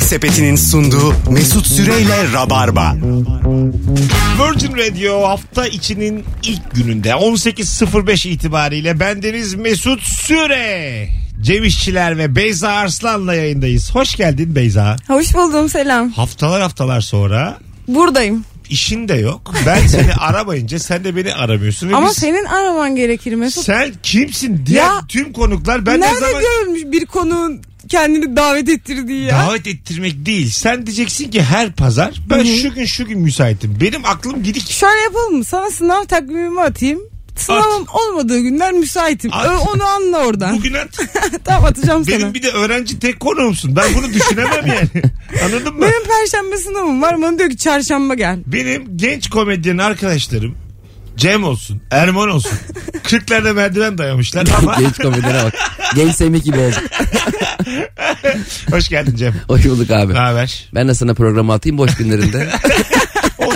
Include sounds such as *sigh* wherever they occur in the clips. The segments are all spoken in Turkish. Sepeti'nin sunduğu Mesut Süreyle Rabarba. Virgin Radio hafta içinin ilk gününde 18.05 itibariyle bendeniz Mesut Süre. Cem İşçiler ve Beyza Arslan'la yayındayız. Hoş geldin Beyza. Hoş buldum selam. Haftalar haftalar sonra Buradayım. işin de yok. Ben seni aramayınca sen de beni aramıyorsun. Ve Ama biz- senin araman gerekir Mesut. sen kimsin diye Ya- tüm konuklar ben ne Nerede zaman görülmüş bir konuğun kendini davet ettirdiği ya? davet ettirmek değil. Sen diyeceksin ki her pazar ben şu gün şu gün müsaitim. Benim aklım gidik. Şöyle yapalım mı? Sana sınav takvimimi atayım. Sınavım olmadığı günler müsaitim. At. Ö, onu anla oradan. Bugün at. *laughs* tamam atacağım sana. Benim bir de öğrenci tek konuğumsun. Ben bunu düşünemem yani. Anladın mı? Benim perşembe sınavım var. Bana diyor ki çarşamba gel. Benim genç komedyen arkadaşlarım Cem olsun, Erman olsun. Kırklarda merdiven dayamışlar ama Genç komedilere bak. Genç Semih gibi olduk. hoş geldin Cem. Hoş bulduk abi. Ne haber? Ben de sana programı atayım boş günlerinde.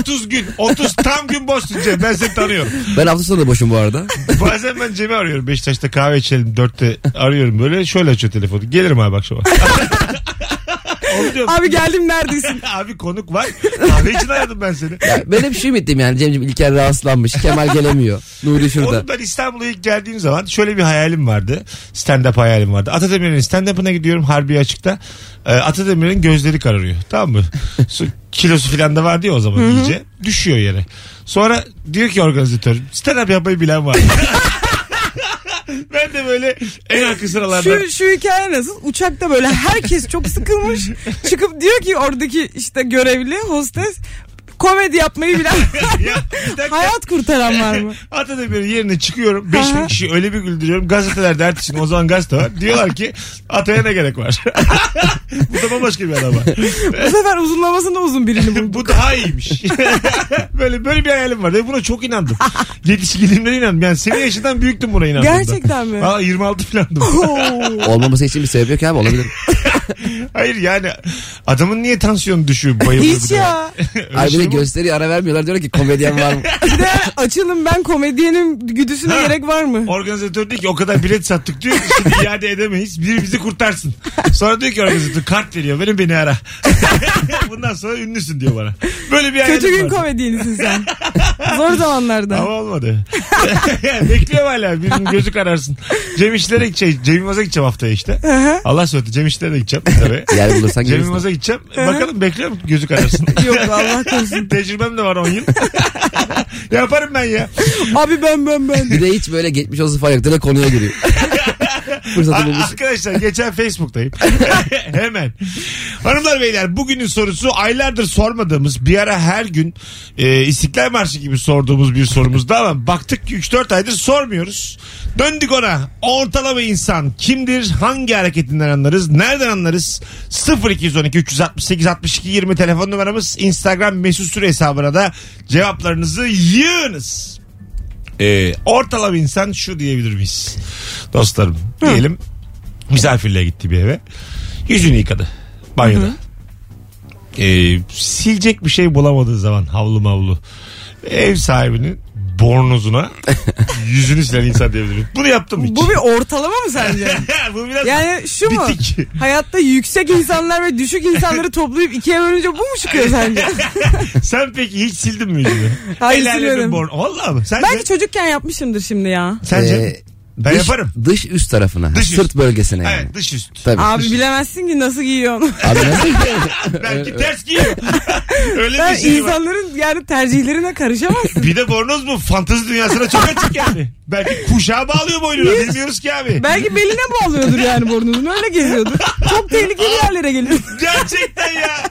30 gün, 30 tam gün boşsun Cem. Ben seni tanıyorum. Ben hafta sonu da boşum bu arada. Bazen ben Cem'i arıyorum. Beşiktaş'ta kahve içelim, 4'te arıyorum böyle. Şöyle açıyor telefonu. Gelirim abi akşama. Onu diyorum. Abi *laughs* geldim neredesin? Abi konuk var. Kahve için aradım ben seni. Ben hep şey bittim yani Cem'ciğim İlker rahatsızlanmış. Kemal gelemiyor. Nuri şurada. Oğlum ben İstanbul'a ilk geldiğim zaman şöyle bir hayalim vardı. Stand-up hayalim vardı. Atademir'in stand-up'ına gidiyorum Harbi Açık'ta. Ee, Atademir'in gözleri kararıyor. Tamam *laughs* mı? Su- Kilosu falan da vardı ya o zaman iyice. Düşüyor yere. Sonra diyor ki organizatör stand-up yapmayı bilen var. mı?" *laughs* ben de böyle en arka sıralarda. Şu, şu hikaye nasıl? Uçakta böyle herkes *laughs* çok sıkılmış. Çıkıp diyor ki oradaki işte görevli hostes komedi yapmayı bilen Ya, *laughs* bir dakika. hayat kurtaran var mı? Atademir'in yerine çıkıyorum. 5000 Aha. kişi öyle bir güldürüyorum. Gazetelerde ertesi gün o zaman gazete var. Diyorlar ki Atay'a ne gerek var? *laughs* Bu da bambaşka bir adam var. Bu sefer uzunlamasında uzun birini *laughs* *laughs* buldum. bu daha iyiymiş. böyle böyle bir hayalim var. Ve buna çok *laughs* inandım. Yetişkinliğimden inandım. Yani senin yaşından büyüktüm buna inandım. Gerçekten mi? Valla 26 *laughs* falandım. Olmaması için bir sebep yok abi olabilir. Hayır yani adamın niye tansiyonu düşüyor bayıldı. bu Hiç kadar? ya. *laughs* Öyle Abi bir şey de mi? gösteriye ara vermiyorlar. Diyorlar ki komedyen var mı? Bir de açılım ben komedyenim güdüsüne Ha. gerek var mı? Organizatör diyor ki o kadar bilet sattık *laughs* diyor ki şimdi iade edemeyiz. Biri bizi kurtarsın. Sonra diyor ki organizatör kart veriyor. Benim beni ara. *laughs* Bundan sonra ünlüsün diyor bana. Böyle bir hayalim Kötü gün vardı. komedyenisin *laughs* sen. Zor zamanlarda. Ama olmadı. *laughs* Bekliyorum hala. Bir gün gözü kararsın. Cem İşler'e gideceğim. Cem Yılmaz'a gideceğim haftaya işte. Allah söyledi. Cem İşler'e de gideceğim tabii. *laughs* Yer bulursan Cem gelirsin. Yılmaz'a gideceğim. Bakalım bekliyorum gözü kararsın. *laughs* Yok Allah korusun. Tecrübem de var 10 yıl. *laughs* Yaparım ben ya. Abi ben ben ben. Bir de hiç böyle geçmiş olsun falan yok. Direkt *laughs* konuya giriyor. Fırsatı A- bulmuş. Arkadaşlar geçen Facebook'tayım. Hemen. Hanımlar beyler bugünün sorusu aylardır sormadığımız bir ara her gün e, İstiklal Marşı gibi sorduğumuz bir sorumuzdu ama baktık ki 3-4 aydır sormuyoruz. Döndük ona. Ortalama insan kimdir? Hangi hareketinden anlarız? Nereden anlarız? 0212 368 62 20 telefon numaramız. Instagram mesut süre hesabına da cevaplarınızı yığınız. Ee, ortalama insan şu diyebilir miyiz? Dostlarım diyelim misafirliğe gitti bir eve. Yüzünü yıkadı banyoda. Ee, silecek bir şey bulamadığı zaman havlu mavlu ev sahibinin *laughs* bornozuna yüzünü silen insan diyebilirim. Bunu yaptım hiç. *laughs* Bu bir ortalama mı sence? Bu biraz Yani şu mu? bitik. Hayatta yüksek insanlar ve düşük insanları toplayıp ikiye bölünce bu mu *laughs* çıkıyor sence? Sen peki hiç sildin mi yüzünü? Hayır, El alemin siliyorum. Born... Valla mı? Sence? Belki çocukken yapmışımdır şimdi ya. Sence? Ee, ben dış, yaparım. Dış üst tarafına. Dış sırt üst. bölgesine yani. Evet dış üst. Tabii. Abi bilemezsin ki nasıl giyiyor onu. Abi *laughs* nasıl? Belki ters *laughs* giyiyor. Öyle Ben bir şey var. insanların yani tercihlerine karışamazsın. Bir de bornoz bu fantezi dünyasına çok açık *laughs* yani. Belki kuşağa bağlıyor boynuna bilmiyoruz ki abi. Belki beline bağlıyordur yani burnunu öyle geziyordur. Çok tehlikeli yerlere geliyor. Gerçekten ya.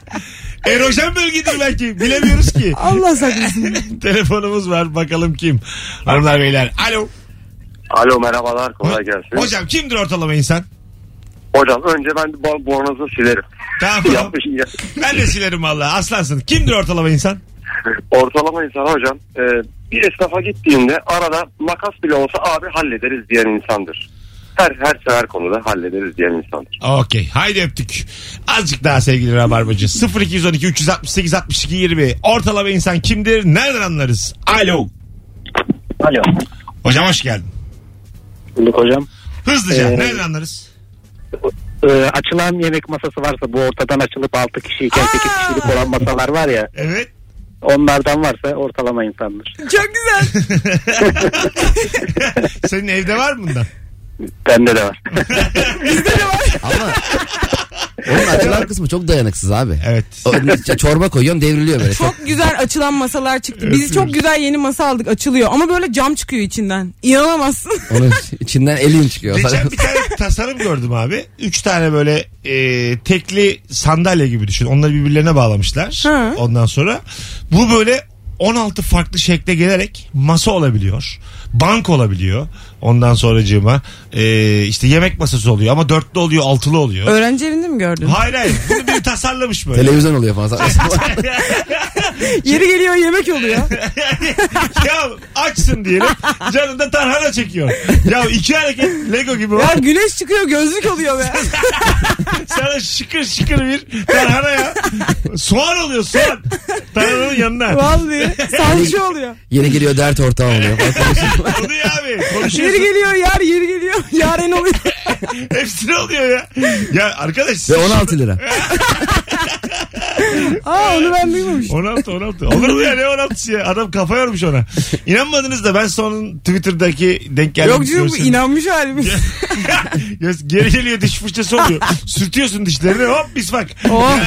Erojen bölgedir belki bilemiyoruz ki. Allah saklasın. Telefonumuz var bakalım kim. Hanımlar beyler alo. Alo merhabalar kolay gelsin. Hocam, Hocam kimdir ortalama insan? önce ben bo- bornozu silerim. Tamam. *laughs* Yapmış, ya- ben de silerim valla aslansın. Kimdir ortalama insan? ortalama insan hocam e, bir esnafa gittiğinde arada makas bile olsa abi hallederiz diyen insandır. Her her sefer konuda hallederiz diyen insandır. Okey. Haydi öptük. Azıcık daha sevgili Rabarbacı. 0212 368 62 20. Ortalama insan kimdir? Nereden anlarız? Alo. Alo. Hocam hoş geldin. Bulduk hocam. Hızlıca Ee, nereden anlarız? e, açılan yemek masası varsa bu ortadan açılıp 6 kişiyken 8 Aa! kişilik olan masalar var ya Evet. *laughs* onlardan varsa ortalama insandır. Çok güzel. Senin evde var mı bundan? Bende de var. Bizde de var. Ama onun açılan kısmı çok dayanıksız abi. Evet. O- ç- çorba koyuyorsun devriliyor *laughs* böyle. Çok Çok güzel açılan masalar çıktı. Biz Öpüyoruz. çok güzel yeni masa aldık açılıyor ama böyle cam çıkıyor içinden. İnanamazsın. onun içinden elin *laughs* çıkıyor. Geçen bir tane tasarım gördüm abi. Üç tane böyle e, tekli sandalye gibi düşün. Onları birbirlerine bağlamışlar. Hı. Ondan sonra bu böyle 16 farklı şekle gelerek masa olabiliyor. Bank olabiliyor. Ondan sonracığıma e, işte yemek masası oluyor ama dörtlü oluyor, altılı oluyor. Öğrenci evinde mi gördün? Hayır hayır. Bunu biri tasarlamış böyle. Televizyon oluyor falan. *laughs* Yeri geliyor yemek oluyor. ya açsın diyelim. Canında tarhana çekiyor. Ya iki hareket Lego gibi ya var. güneş çıkıyor gözlük oluyor be. Sana şıkır şıkır bir tarhana ya. Soğan oluyor soğan. Tarhananın yanına. Vallahi salça oluyor. Yeni geliyor dert ortağı oluyor. falan. Oluyor abi. Yeri Konuşuyorsun. geliyor yar yeri geliyor. Yaren oluyor. Hepsine oluyor ya. Ya arkadaş. Ve 16 lira. Aa onu ben duymamıştım. 16 16. Olur mu ya ne 16'sı ya? Adam kafa yormuş ona. İnanmadınız da ben sonun Twitter'daki denk geldim. Yok canım *laughs* bu görseli. inanmış halimiz. Ya Geri geliyor diş fırçası oluyor. Sürtüyorsun dişlerini hop bismak. Oh.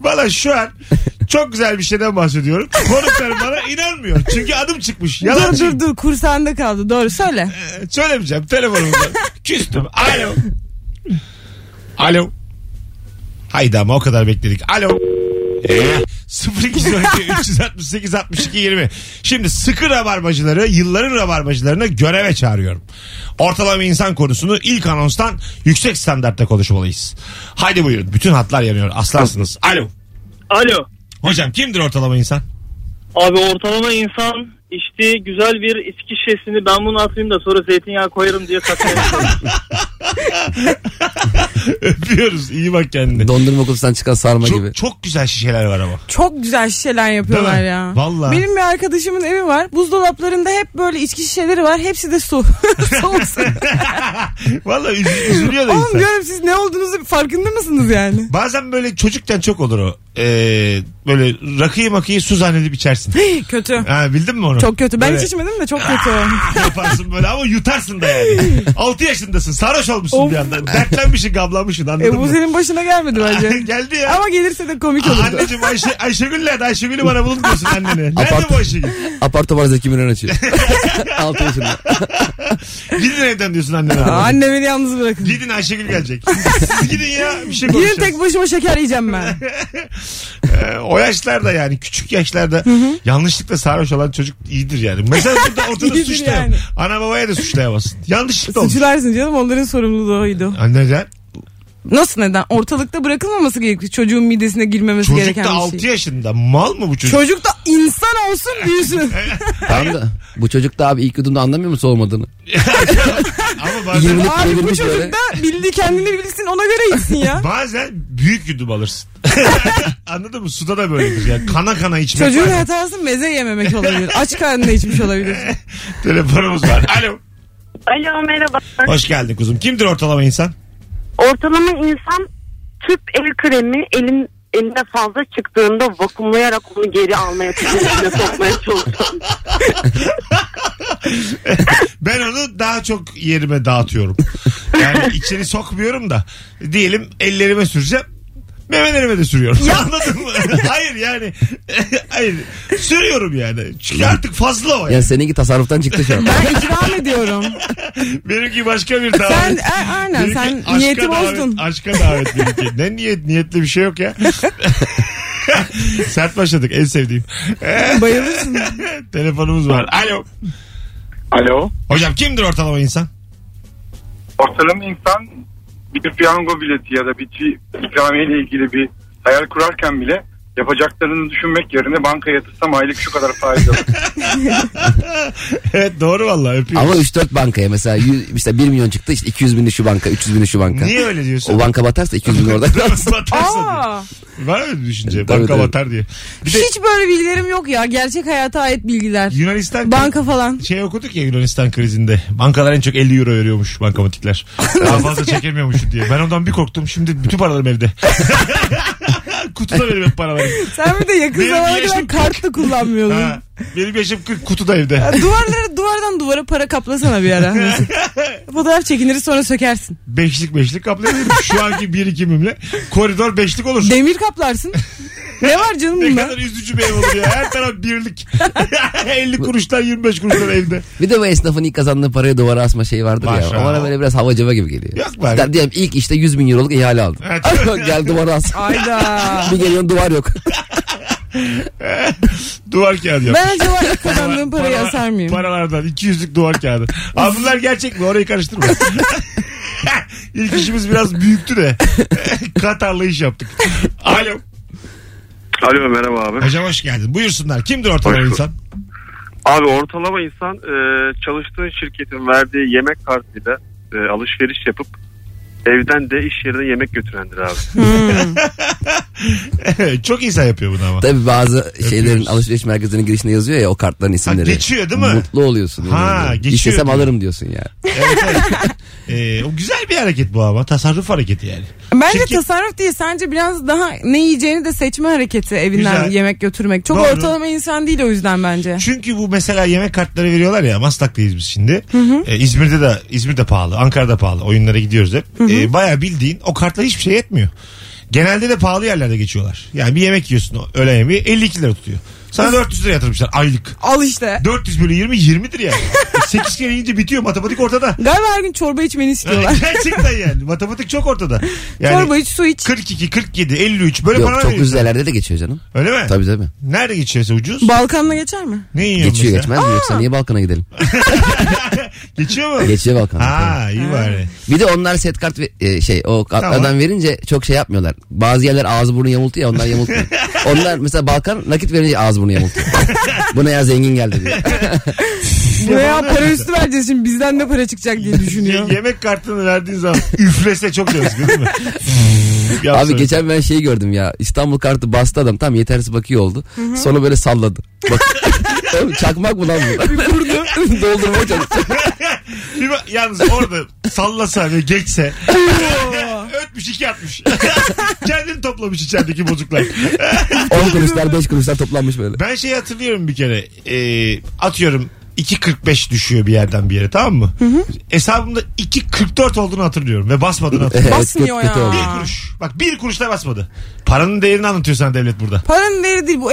Valla şu an çok güzel bir şeyden bahsediyorum. Konuklar bana inanmıyor. Çünkü adım çıkmış. Yalan şey- dur dur dur kursağında kaldı doğru söyle. Söylemeyeceğim telefonumda. Küstüm. Alo. Alo. Haydi ama o kadar bekledik. Alo. Ee, 0212 368 62 20. Şimdi sıkı rabarbacıları yılların rabarbacılarını göreve çağırıyorum. Ortalama insan konusunu ilk anonstan yüksek standartta konuşmalıyız. Haydi buyurun. Bütün hatlar yanıyor. Aslansınız. Alo. *laughs* Alo. Hocam kimdir ortalama insan? *laughs* Abi ortalama insan işte güzel bir içki şişesini ben bunu atayım da sonra zeytinyağı koyarım diye satmaya çalışıyor. Öpüyoruz. İyi bak kendine. Dondurma kutusundan çıkan sarma gibi. Çok, çok güzel şişeler var ama. Çok güzel şişeler Değil yapıyorlar mi? ya. Vallahi. Benim bir arkadaşımın evi var. Buzdolaplarında hep böyle içki şişeleri var. Hepsi de su. *laughs* Soğuk su. *laughs* Valla üz- üzülüyor da Oğlum insan. diyorum siz ne olduğunuzu farkında *laughs* mısınız yani? Bazen böyle çocukken çok olur o. Ee, böyle rakıyı makıyı su zannedip içersin. kötü. Ha, bildin mi onu? Çok kötü. Ben Böyle hiç *laughs* içmedim de çok kötü. Ah, *laughs* Yaparsın böyle ama yutarsın da yani. 6 yaşındasın sarhoş olmuşsun Of. bir anda. Dertlenmişsin gablamışsın anladın e, bu mı? *laughs* senin başına gelmedi bence. Geldi ya. Ama gelirse de komik Aa, olurdu. Anneciğim Ayşe, Ayşegül nerede? Ayşegül'ü bana bulun diyorsun annene. Nerede Apart- bu Ayşegül? Apar topar Zeki Müren açıyor. *laughs* 6 yaşında. Gidin evden diyorsun annene. Aa, *laughs* Anne beni yalnız bırakın. Gidin Ayşegül gelecek. Siz, siz gidin ya bir şey Yine konuşacağız. tek başıma şeker *laughs* yiyeceğim ben. Ee, o yaşlarda yani küçük yaşlarda yanlışlıkla sarhoş olan çocuk iyidir yani. *laughs* Mesela burada ortada İyidir suçlayan. yani. Ana babaya da suçlayamazsın. Yanlışlıkla olmuş. Suçlarsın canım onların sorumluluğuydu. Anneden Nasıl neden? Ortalıkta bırakılmaması gerekli. Çocuğun midesine girmemesi çocuk gereken da bir şey. 6 yaşında. Mal mı bu çocuk? Çocuk da insan olsun *laughs* büyüsün. Tamam da bu çocuk da abi ilk yudumda anlamıyor mu soğumadığını? Ama bazen, Yirmi- Abi bu Çevirmiş çocuk böyle. da bildi kendini bilsin ona göre *laughs* içsin ya. bazen büyük yudum *laughs* alırsın. Anladın mı? Suda da böyledir. Yani kana kana içmek Çocuğun var. hatası meze yememek olabilir. Aç karnına içmiş olabilir. Telefonumuz var. Alo. Alo merhaba. Hoş geldin kuzum. Kimdir ortalama insan? Ortalama insan tüp el kremi elin elinde fazla çıktığında vakumlayarak onu geri almaya çalışıyor, sokmaya çalışıyor. Ben onu daha çok yerime dağıtıyorum. *laughs* Yani içeri sokmuyorum da diyelim ellerime süreceğim. Memelerime de sürüyorum. *laughs* Anladın *laughs* mı? Hayır yani. *laughs* Hayır. Sürüyorum yani. Çünkü artık fazla o. Yani seninki tasarruftan çıktı şu *laughs* an. Ben ikram ediyorum. Benimki başka bir davet. Sen e, aynen Benimki aşka sen niyeti davet- bozdun. Aşka davet benimki. Ne niyet? Niyetli bir şey yok *laughs* ya. Sert başladık. En *laughs* sevdiğim. Bayılırsın. Telefonumuz var. Alo. Alo. Hocam kimdir ortalama insan? Ortalama insan bir piyango bileti ya da bir çi- ikramiye ile ilgili bir hayal kurarken bile yapacaklarını düşünmek yerine bankaya yatırsam aylık şu kadar faiz alır. evet doğru valla öpüyoruz. Ama 3-4 bankaya mesela, yüz- mesela 1 milyon çıktı işte 200 bini şu banka 300 bini şu banka. Niye öyle diyorsun? O banka batarsa 200 bin *laughs* oradan alsın. Batarsın diye. Aa, Var mı öyle bir düşünce? Tabii, Banka tabii. batar diye. Bir de hiç böyle bilgilerim yok ya. Gerçek hayata ait bilgiler. Yunanistan Banka falan. şey okuduk ya Yunanistan krizinde. Bankalar en çok 50 euro veriyormuş *laughs* bankamatikler. Daha fazla çekemiyormuş diye. Ben ondan bir korktum. Şimdi bütün paralarım evde. *laughs* kutuda benim hep paralarım. Sen bir de yakın Benim zamana yaşım kadar kart da Ha, kullanmıyordun. benim yaşım 40 kutuda evde. Duvarlara, duvardan duvara para kaplasana bir ara. Mesut. Fotoğraf çekiniriz sonra sökersin. Beşlik beşlik kaplayabilirim. Şu anki birikimimle koridor beşlik olur. Demir kaplarsın. Ne var canım ne bunda? kadar üzücü bir ev olur ya. Her taraf birlik. *laughs* 50 kuruştan 25 kuruştan evde. Bir de bu esnafın ilk kazandığı parayı duvara asma şeyi vardır Var ya. ya. O bana böyle biraz hava ceva gibi geliyor. Yok be abi. Der- Diyelim ilk işte 100 bin euroluk ihale aldım. Evet. *laughs* Gel duvara as. Ayda. bir geliyorsun duvar yok. Duvar kağıdı yap. Ben acaba ilk kazandığım parayı Para- asar mıyım? Paralardan 200'lük duvar kağıdı. Abi bunlar gerçek mi? Orayı *laughs* karıştırma. İlk işimiz biraz büyüktü de. Katarlı iş yaptık. Alo. Alo merhaba abi. Hocam hoş geldin. Buyursunlar. Kimdir ortalama Hoş bulduk. *laughs* insan? Abi ortalama insan e, çalıştığı şirketin verdiği yemek kartıyla e, alışveriş yapıp evden de iş yerine yemek götürendir abi. Çok insan yapıyor bunu *laughs* ama. *laughs* Tabii bazı şeylerin alışveriş merkezinin girişine yazıyor ya o kartların isimleri. geçiyor değil mi? Mutlu oluyorsun. Ha, Yani. geçiyor İstesem diyor. alırım diyorsun ya. Evet, evet. Ee, o güzel bir hareket bu ama. Tasarruf hareketi yani. Bence Çünkü- tasarruf değil. Sence biraz daha ne yiyeceğini de seçme hareketi evinden Güzel. yemek götürmek. Çok Doğru. ortalama insan değil o yüzden bence. Çünkü bu mesela yemek kartları veriyorlar ya Maslak'tayız biz şimdi. Ee, İzmir'de de İzmir'de pahalı, Ankara'da pahalı. Oyunlara gidiyoruz hep. Ee, Baya bildiğin o kartla hiçbir şey yetmiyor. Genelde de pahalı yerlerde geçiyorlar. Yani bir yemek yiyorsun o öğle yemeği 52 lira tutuyor. Sana 400 lira yatırmışlar aylık. Al işte. 400 bölü 20 20'dir yani. 8 kere yiyince bitiyor matematik ortada. *laughs* Galiba her gün çorba içmeni istiyorlar. Gerçekten yani matematik çok ortada. çorba *laughs* Yani iç su iç. 42, 47, 53 böyle Yok para çok veriyor. güzellerde de geçiyor canım. Öyle mi? Tabii tabii. Nerede geçiyorsa ucuz? Balkanla geçer mi? ne yiyorsun Geçiyor mesela? geçmez mi? Yoksa niye *laughs* Balkan'a gidelim? Geçiyor mu? Geçiyor Balkan'a. tabii. Ha iyi bari. Bir de onlar set kart ve- e, şey o kartlardan Tamam. verince çok şey yapmıyorlar. Bazı yerler ağzı burnu yamultu ya onlar yamultmuyor. *laughs* onlar mesela Balkan nakit verince ağzı burnu yamultuyor. Buna ya zengin geldi diyor. Veya Yapalım. para üstü vereceğiz şimdi bizden de para çıkacak diye Ye- düşünüyor. yemek kartını verdiğin zaman *laughs* üflese çok yazık *laughs* değil mi? Yapsana. Abi geçen ben şeyi gördüm ya. İstanbul kartı bastı adam tam yetersiz bakıyor oldu. Sonra böyle salladı. Bak. *laughs* Oğlum çakmak mı lan bu? Vurdu. *laughs* Doldurmaya çalıştı. Bir bak- yalnız orada sallasa ve geçse *laughs* ötmüş iki atmış. Kendini toplamış içerideki bozuklar. 10 kuruşlar 5 kuruşlar toplanmış böyle. Ben şey hatırlıyorum bir kere. Ee, atıyorum 2.45 düşüyor bir yerden bir yere tamam mı? Hesabımda 2.44 olduğunu hatırlıyorum ve basmadığını hatırlıyorum. *laughs* Basmıyor ya. oldu. bir kuruş. Bak bir kuruş da basmadı. Paranın değerini anlatıyor sana devlet burada. Paranın değeri değil bu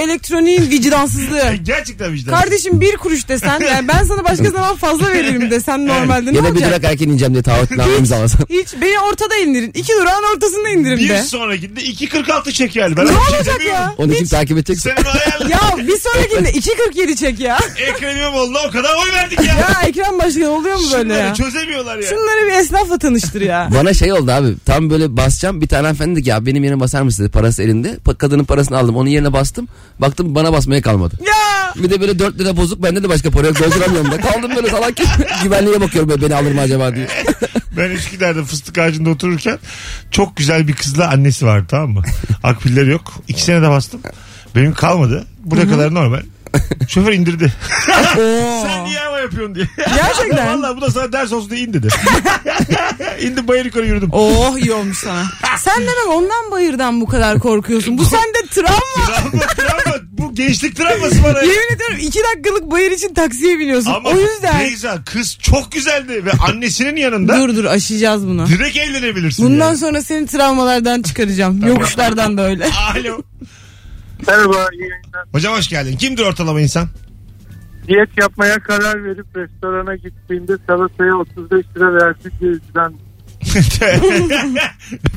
*laughs* elektroniğin vicdansızlığı. Gerçekten vicdan. Kardeşim bir kuruş desen yani ben sana başka zaman fazla veririm desen normalde ne Ya da bir olacak? durak erken ineceğim diye taahhütname *laughs* imzalasan. Hiç beni ortada indirin. İki durağın ortasında indirin bir be. sonrakinde 2.46 çekerli. Ben Ne öyle bir şey olacak demiyorum. ya? Onun için Hiç- takip edeceksin. Senin hayal Ya bir sonrakinde 2.47 çek ya. Ekrem İmamoğlu'na o kadar oy verdik ya. Ya Ekrem Başkan oluyor mu böyle Şunları ya? çözemiyorlar ya. Şunları bir esnafla tanıştır *laughs* ya. Bana şey oldu abi tam böyle basacağım bir tane hanımefendi dedi ki ya benim yerime basar mısın dedi parası elinde. Pa- Kadının parasını aldım onun yerine bastım baktım bana basmaya kalmadı. Ya Bir de böyle 4 lira bozuk bende de başka para yok dolduramıyorum da kaldım böyle salak gibi. *laughs* güvenliğe bakıyorum böyle beni alır mı acaba diye. Ben Üsküdar'da fıstık ağacında otururken çok güzel bir kızla annesi vardı tamam mı? Akpilleri yok. İki sene de bastım. Benim kalmadı. Buraya kadar normal. Şoför indirdi. Sen niye hava yapıyorsun diye. Gerçekten. Valla bu da sana ders olsun diye in *laughs* dedi. İndim bayır yukarı yürüdüm. Oh iyi olmuş sana. Sen demek ondan bayırdan bu kadar korkuyorsun. Bu sende travma. Travma, travma. Bu gençlik travması bana. ya. Yemin ediyorum iki dakikalık bayır için taksiye biniyorsun. Ama o yüzden Beyza kız çok güzeldi ve annesinin yanında dur dur aşacağız bunu. direkt evlenebilirsin. Bundan yani. sonra seni travmalardan çıkaracağım. Yokuşlardan da öyle. Alo. *laughs* Merhaba iyi yayınlar. Hocam hoş geldin. Kimdir ortalama *laughs* insan? Diyet yapmaya karar verip restorana gittiğimde salataya 35 lira verdi diye üzülen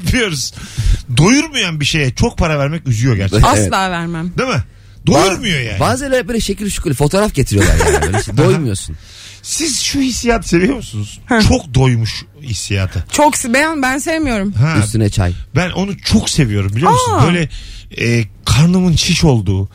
Öpüyoruz. Doyurmayan bir şeye çok para vermek üzüyor gerçekten. Asla vermem. Değil mi? Doyurmuyor yani. *laughs* Bazıları böyle şekil şukul fotoğraf getiriyorlar yani. Böyle şey, doymuyorsun. Siz şu hissiyat seviyor musunuz? Heh. Çok doymuş hissiyatı. Çok ben ben sevmiyorum. Ha, Üstüne çay. ben onu çok seviyorum biliyor musun? Aa. Böyle e, karnımın şiş olduğu,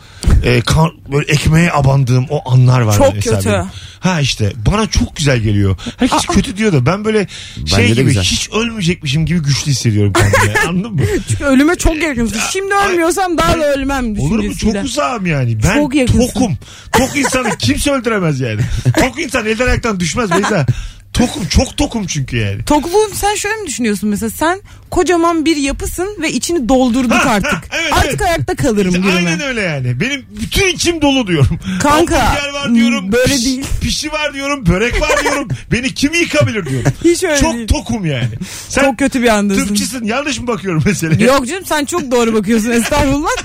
e, kar- böyle ekmeğe abandığım o anlar var. Çok mesela kötü. benim. Ha işte bana çok güzel geliyor. Herkes kötü diyor da ben böyle şey de gibi güzel. hiç ölmeyecekmişim gibi güçlü hissediyorum *laughs* kendimi. Anladın mı? Çünkü ölüme çok Ee, yakın. Şimdi ölmüyorsam daha da ölmem Olur mu? Çok düşüncesiyle. uzağım yani. Ben Çok yakınsın. tokum. Tok insanı kimse öldüremez *laughs* yani. Tok insan elden ayaktan düşmez. Mesela tokum. Çok tokum çünkü yani. Tokluğum sen şöyle mi düşünüyorsun mesela sen kocaman bir yapısın ve içini *laughs* doldurduk Ha, ha, artık. evet, artık evet. ayakta kalırım İşte diyorum. aynen öyle yani. Benim bütün içim dolu diyorum. Kanka, hmm, Hamburger var diyorum. böyle piş- değil. Pişi var diyorum. Börek var *laughs* diyorum. Beni kim yıkabilir diyorum. Hiç öyle Çok değil. tokum yani. Sen Çok kötü bir andasın. *laughs* tıpçısın. Yanlış mı bakıyorum mesela? Yok canım sen çok doğru bakıyorsun estağfurullah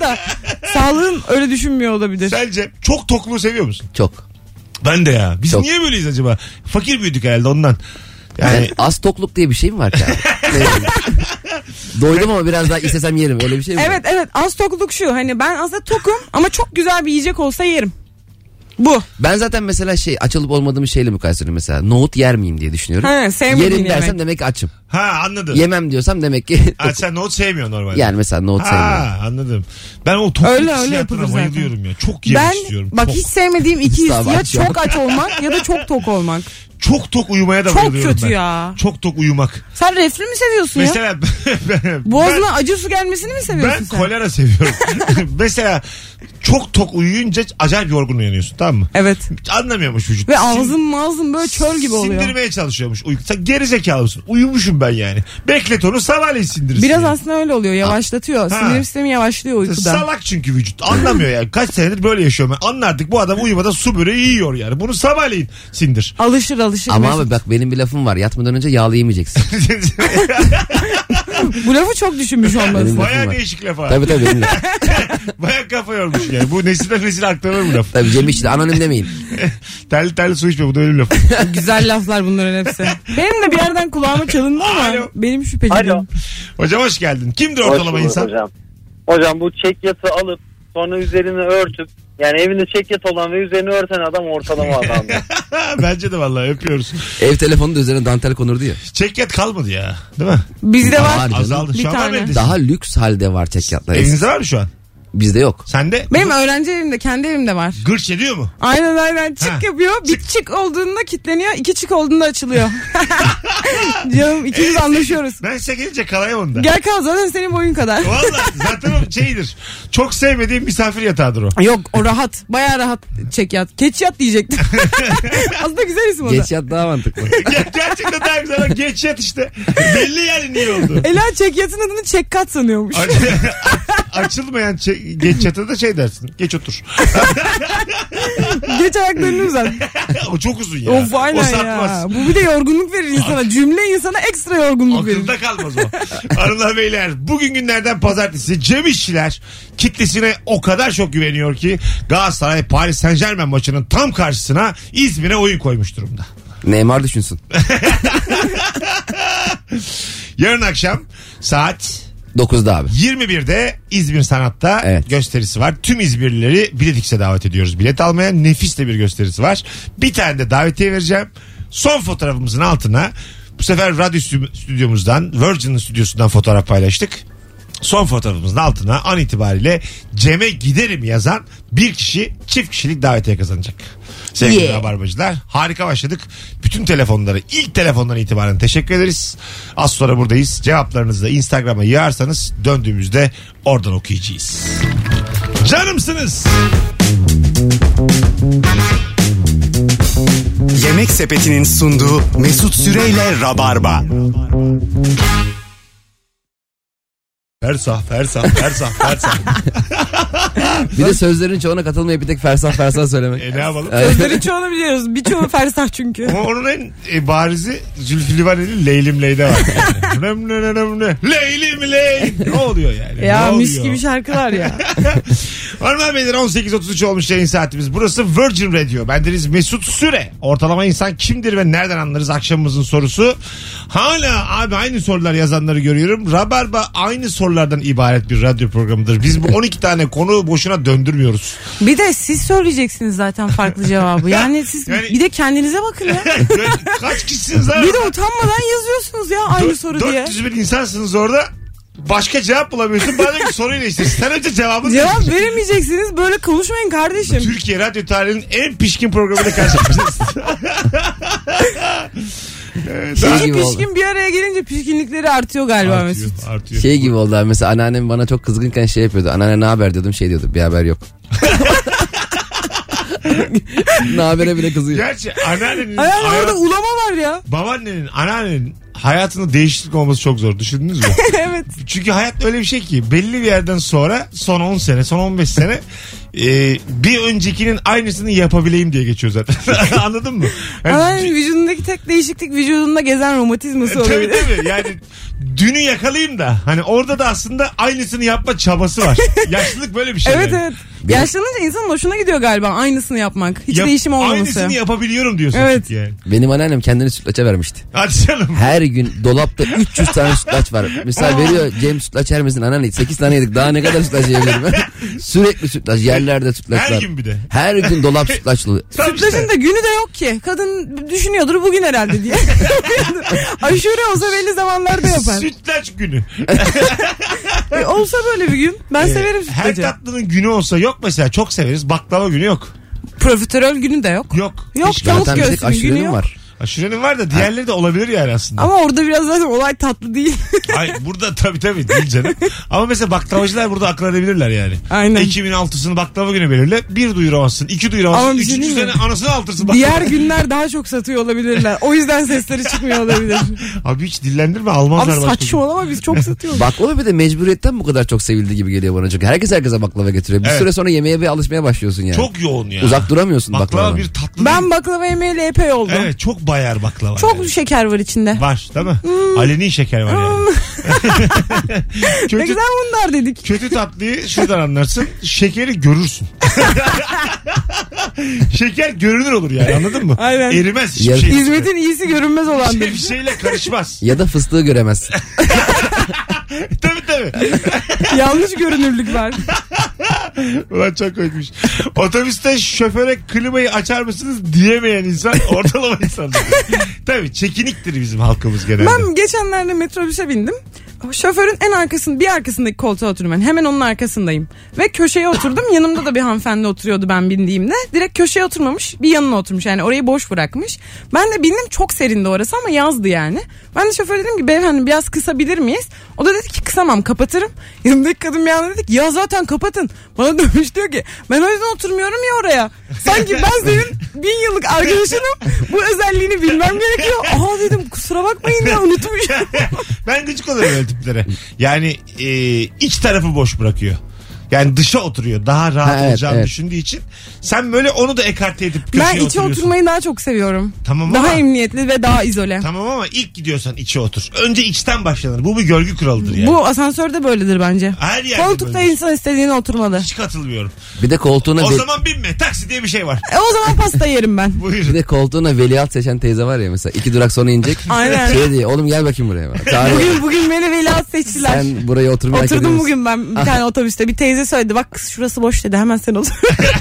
*laughs* da sağlığın öyle düşünmüyor olabilir. Sence çok tokluğu seviyor musun? Çok. Ben de ya. Biz Çok. niye böyleyiz acaba? Fakir büyüdük herhalde ondan. Yani Yani *laughs* az tokluk diye bir şey mi *laughs* var ki? abi? Ne bileyim. Doydum ama biraz daha istesem yerim. Öyle bir şey mi? var? Evet evet az tokluk şu hani ben aslında tokum ama çok güzel bir yiyecek olsa yerim. Bu. Ben zaten mesela şey açılıp olmadığım şeyle mukayese ediyorum mesela. Nohut yer miyim diye düşünüyorum. He, sevmediğin Yerim dersem yemek. demek ki açım. ha anladım. Yemem diyorsam demek ki Ha, sen nohut sevmiyorsun normalde. yani mesela nohut sevmiyorum. Ha anladım. Ben o tokluk Öyle, öyle yapılır hissiyatına zaten. bayılıyorum ya. Çok yemek ben istiyorum. bak çok, hiç sevmediğim iki Mustafa his ya aç ya. çok aç olmak ya da çok tok olmak. çok tok uyumaya da Çok bayılıyorum kötü ben. ya. Çok tok uyumak. Sen reflü mü seviyorsun ya? Mesela *laughs* ben, Boğazına acı su gelmesini mi ben, seviyorsun ben sen? kolera *laughs* seviyorum. Mesela çok tok uyuyunca acayip yorgun uyanıyorsun tamam mı? Evet. Anlamıyormuş vücut. Ve ağzın mağzın böyle çöl gibi oluyor. Sindirmeye çalışıyormuş. Uyku. Sen geri zekalısın. Uyumuşum ben yani. Beklet onu sabahleyin sindirirsin. Biraz yani. aslında öyle oluyor. Yavaşlatıyor. Ha. Sindirim sistemi yavaşlıyor uykuda. Salak çünkü vücut. Anlamıyor yani. Kaç senedir böyle yaşıyorum. Ben. Anlardık bu adam uyumada su böreği yiyor yani. Bunu sabahleyin *laughs* sindir. Alışır alışır. Ama Mesut. abi bak benim bir lafım var. Yatmadan önce *laughs* yağlı yemeyeceksin. Bu lafı çok düşünmüş olmalısın. Benim- Baya değişik laf abi. tabii tabii benim lafım. Baya kafa yormuş yani. Bu nesilden nesile aktarılır bu laf. Tabii Cem işte anonim demeyin. Terli terli su içme bu da ölüm lafı. Güzel laflar bunların hepsi. Benim de bir yerden kulağıma çalındı ama Alo. benim şüpheciyim. Alo. Hocam hoş geldin. Kimdir *laughs* ortalama Hoş bulduk insan? Hocam. hocam bu çek yatı alıp sonra üzerini örtüp yani evinde çek yatı olan ve üzerini örten adam ortalama adamdır. *laughs* Bence de vallahi öpüyoruz. Ev telefonu da üzerine dantel konurdu ya. Çekyat kalmadı ya. Değil mi? Bizde var. Var. Azaldı. Bir Şu an var mı tane. evde? Daha lüks halde var çekyatlar. Evinizde var mı şu an? Bizde yok. Sende? Benim öğrenci evimde kendi evimde var. Gırç ediyor mu? Aynen aynen çık Ha, yapıyor. Bir çık olduğunda kitleniyor. iki çık *laughs* olduğunda açılıyor. Canım ikimiz anlaşıyoruz. Ben size gelince kalayım onda. Gel kal zaten senin boyun kadar. Valla zaten o şeydir. Çok sevmediğim misafir yatağıdır o. Yok o rahat. Baya rahat çek yat. Keç yat diyecektim. *laughs* Aslında güzel isim o da. Geç yat daha mantıklı. Ger- Gerçekten daha güzel. Bak Geç yat işte. Belli yani niye oldu. Ela çek yatın adını çek kat sanıyormuş. Aç- *laughs* Açılmayan çe- geç yatağı da şey dersin. Geç otur. *laughs* Geç ayaklarını uzat. o çok uzun ya. Of o aynen ya. satmaz. Bu bir de yorgunluk verir insana. Cümle insana ekstra yorgunluk verir. Akılda kalmaz o. *laughs* Hanımlar beyler bugün günlerden pazartesi Cem İşçiler kitlesine o kadar çok güveniyor ki Galatasaray Paris Saint Germain maçının tam karşısına İzmir'e oyun koymuş durumda. *laughs* Neymar düşünsün. Yarın akşam saat 9'da abi. 21'de İzmir Sanat'ta Evet. gösterisi var. Tüm İzmirlileri Biletix'e davet ediyoruz. Bilet almaya nefis de bir gösterisi var. Bir tane de davetiye vereceğim. Son fotoğrafımızın altına bu sefer radyo stü- stüdyomuzdan Virgin'in stüdyosundan fotoğraf paylaştık. Son fotoğrafımızın altına an itibariyle Cem'e giderim yazan bir kişi çift kişilik davetiye kazanacak. Sevgili Yeah. Rabarbacılar harika başladık. Bütün telefonları ilk telefondan itibaren teşekkür ederiz. Az sonra buradayız. Cevaplarınızı da Instagram'a yığarsanız döndüğümüzde oradan okuyacağız. Canımsınız. Yemek Sepeti'nin sunduğu Mesut Süreyle Rabarba. Fersah fersah fersah fersah. *laughs* Bir de sözlerin çoğuna katılmayıp bir tek fersah fersah *laughs* söylemek. e ne yapalım? Sözlerin çoğunu biliyoruz. Birçoğu fersah çünkü. Ama onun en e, barizi Zülfü Livaneli Leylim Leyde *laughs* var. nem ne ne nem ne. Leylim Ley. Ne oluyor yani? ya ne mis şey- oluyor? *laughs* gibi şarkılar ya. Normal Beyler 18.33 olmuş yayın saatimiz. Burası Virgin Radio. Bendeniz Mesut Süre. Ortalama insan kimdir ve nereden anlarız akşamımızın sorusu. Hala abi aynı sorular yazanları görüyorum. Rabarba aynı sorulardan ibaret bir radyo programıdır. Biz bu 12 tane konu boşuna döndürmüyoruz. *laughs* Bir de siz söyleyeceksiniz zaten farklı cevabı. Yani siz Yani- bir de kendinize bakın ya. Kaç kişisiniz abi? Bir de utanmadan yazıyorsunuz ya aynı soru diye. 400 bin insansınız orada. Başka cevap bulamıyorsun. Bana diyor ki soruyla işte. Sen önce cevabını Cevap veremeyeceksiniz böyle konuşmayın kardeşim. Türkiye radyo tarihinin en pişkin programıyla karşılaşacağız. Evet, Şey İki gibi oldu. pişkin bir araya gelince pişkinlikleri artıyor galiba artıyor, Mesut. artıyor. Şey gibi oldu abi mesela anneannem bana çok kızgınken şey yapıyordu. Anneanne ne haber diyordum şey diyordu *laughs* bir haber yok. ne habere bile kızıyor. Gerçi anneannenin, Ay ay, hayat- orada ulama var *laughs* ya. babaannenin, anneannenin hayatında değişiklik olması çok zor. Düşündünüz *laughs* mü? evet. Çünkü hayat öyle bir şey ki belli bir yerden sonra son 10 sene, son 15 sene e, bir öncekinin aynısını yapabileyim diye geçiyor zaten. *laughs* Anladın mı? Hani Yani Ay, vücudundaki tek değişiklik vücudunda gezen romatizması Tabii olabilir. tabii yani dünü yakalayayım da hani orada da aslında aynısını yapma çabası *laughs* var. Yaşlılık böyle bir şey. *laughs* Evet yani. evet. Yaşlanınca insanın hoşuna gidiyor galiba aynısını yapmak. Hiç Yap- değişim olmaması. Aynısını yapabiliyorum diyorsun Evet. çünkü yani. Benim anneannem kendini sütlaça vermişti. Hadi canım. Her gün dolapta 300 tane sütlaç var. Mesela veriyor Cem sütlaç yer misin? Anneanne 8 tane yedik daha ne kadar *laughs* sütlaç yiyebilirim Sürekli sütlaç yerlerde sütlaçlar. Her gün bir de. Her gün dolap sütlaç dolu. Tam işte. Sütlaçın da günü de yok ki. Kadın düşünüyordur bugün *laughs* herhalde diye. Aşure olsa belli zamanlarda yapar. Sütlaç günü. E, olsa böyle bir gün. Ben severim Ee, Her sütlacı. tatlının günü olsa yok mesela çok severiz. Baklava günü yok. Profiterol günü de yok. Yok. Yok Hiç- tavuk Zaten bir tek göğsünün günü aşurelim yok. var. Aşurenin var da diğerleri de olabilir yani aslında. Ama orada biraz zaten olay tatlı değil. Ay burada tabii tabii değil *laughs* canım. Ama mesela baklavacılar burada akıl edebilirler yani. Aynen. Ekim'in altısını baklava günü belirle. Bir duyuramazsın, iki duyuramazsın. Ama bir şey üçüncü diyeyim sene mi? anasını altırsın. baklava. Diğer günler daha çok satıyor olabilirler. O yüzden sesleri çıkmıyor olabilir. Abi hiç dillendirme almazlar. Abi başka gün. saçmalama biz çok satıyoruz. Baklava bir de mecburiyetten bu kadar çok sevildi gibi geliyor bana. Çünkü herkes herkese baklava getiriyor. Bir Evet. süre sonra yemeğe bir alışmaya başlıyorsun yani. Çok yoğun ya. Uzak duramıyorsun baklava. baklavadan. bir tatlı. Ben baklava yemeğiyle epey oldum. Evet çok bayar baklava. Çok yani. şeker var içinde. Var değil mi? Aleni şeker var yani. Hmm. *laughs* Ne kötü, güzel bunlar dedik. kötü tatlıyı şuradan anlarsın. Şekeri görürsün. *laughs* Şeker görünür olur yani anladın mı? Aynen. Erimez hiçbir Ya- şey. Hizmetin iyisi görünmez *laughs* olandır. bir şeyle *laughs* karışmaz. Ya da *laughs* fıstığı göremez. tabii tabii. Yanlış görünürlük var. Ulan çok koymuş. Otobüste şoföre klimayı açar mısınız diyemeyen insan *laughs* ortalama insandır. tabii çekiniktir bizim halkımız genelde. Ben geçenlerde metrobüse bindim. Şoförün en arkasının bir arkasındaki koltuğa oturdum ben. Hemen onun arkasındayım. Ve köşeye oturdum. Yanımda da bir hanımefendi oturuyordu ben bindiğimde. Direkt köşeye oturmamış bir yanına oturmuş. Yani orayı boş bırakmış. Ben de bindim çok serindi orası ama yazdı yani. Ben de şoföre dedim ki beyefendi biraz kısabilir miyiz? O da dedi ki kısamam kapatırım. *laughs* Yanımdaki kadın bir anda dedi ki ya zaten kapatın. Bana dönmüş diyor ki ben o yüzden oturmuyorum ya oraya. Sanki ben senin bin yıllık arkadaşınım. Bu özelliğini *laughs* bilmem gerekiyor. Aha dedim kusura bakmayın ya unutmuşum. *laughs* ben gıcık oluyorum öyle tiplere. Yani e, iç tarafı boş bırakıyor. Yani dışa oturuyor. Daha rahat Ha, evet, olacağını evet. düşündüğü için. Sen böyle onu da ekarte edip köşeye *laughs* Ben içe oturuyorsun. oturmayı daha çok seviyorum. Tamam daha ama- emniyetli ve daha izole. Tamam ama ilk gidiyorsan içe otur. Önce içten başlanır. Bu bir görgü kuralıdır yani. Bu asansörde böyledir bence. Her yerde Koltukta böyle. şey. insan istediğine oturmalı. Hiç katılmıyorum. Bir de koltuğuna O ve- zaman binme. Taksi diye bir şey var. E o zaman pasta *laughs* yerim ben. bir Buyurun. de koltuğuna veliaht seçen teyze var ya mesela iki durak *laughs* sonra inecek. Aynen. Şey diye oğlum gel bakayım buraya. bak. Çağırıyor. Bugün, bugün beni veliaht seçtiler. Sen buraya oturmaya hak Oturdum ediyorsun. bugün ben bir tane otobüste. Bir teyze söyledi bak kız şurası boş dedi hemen sen otur. *laughs*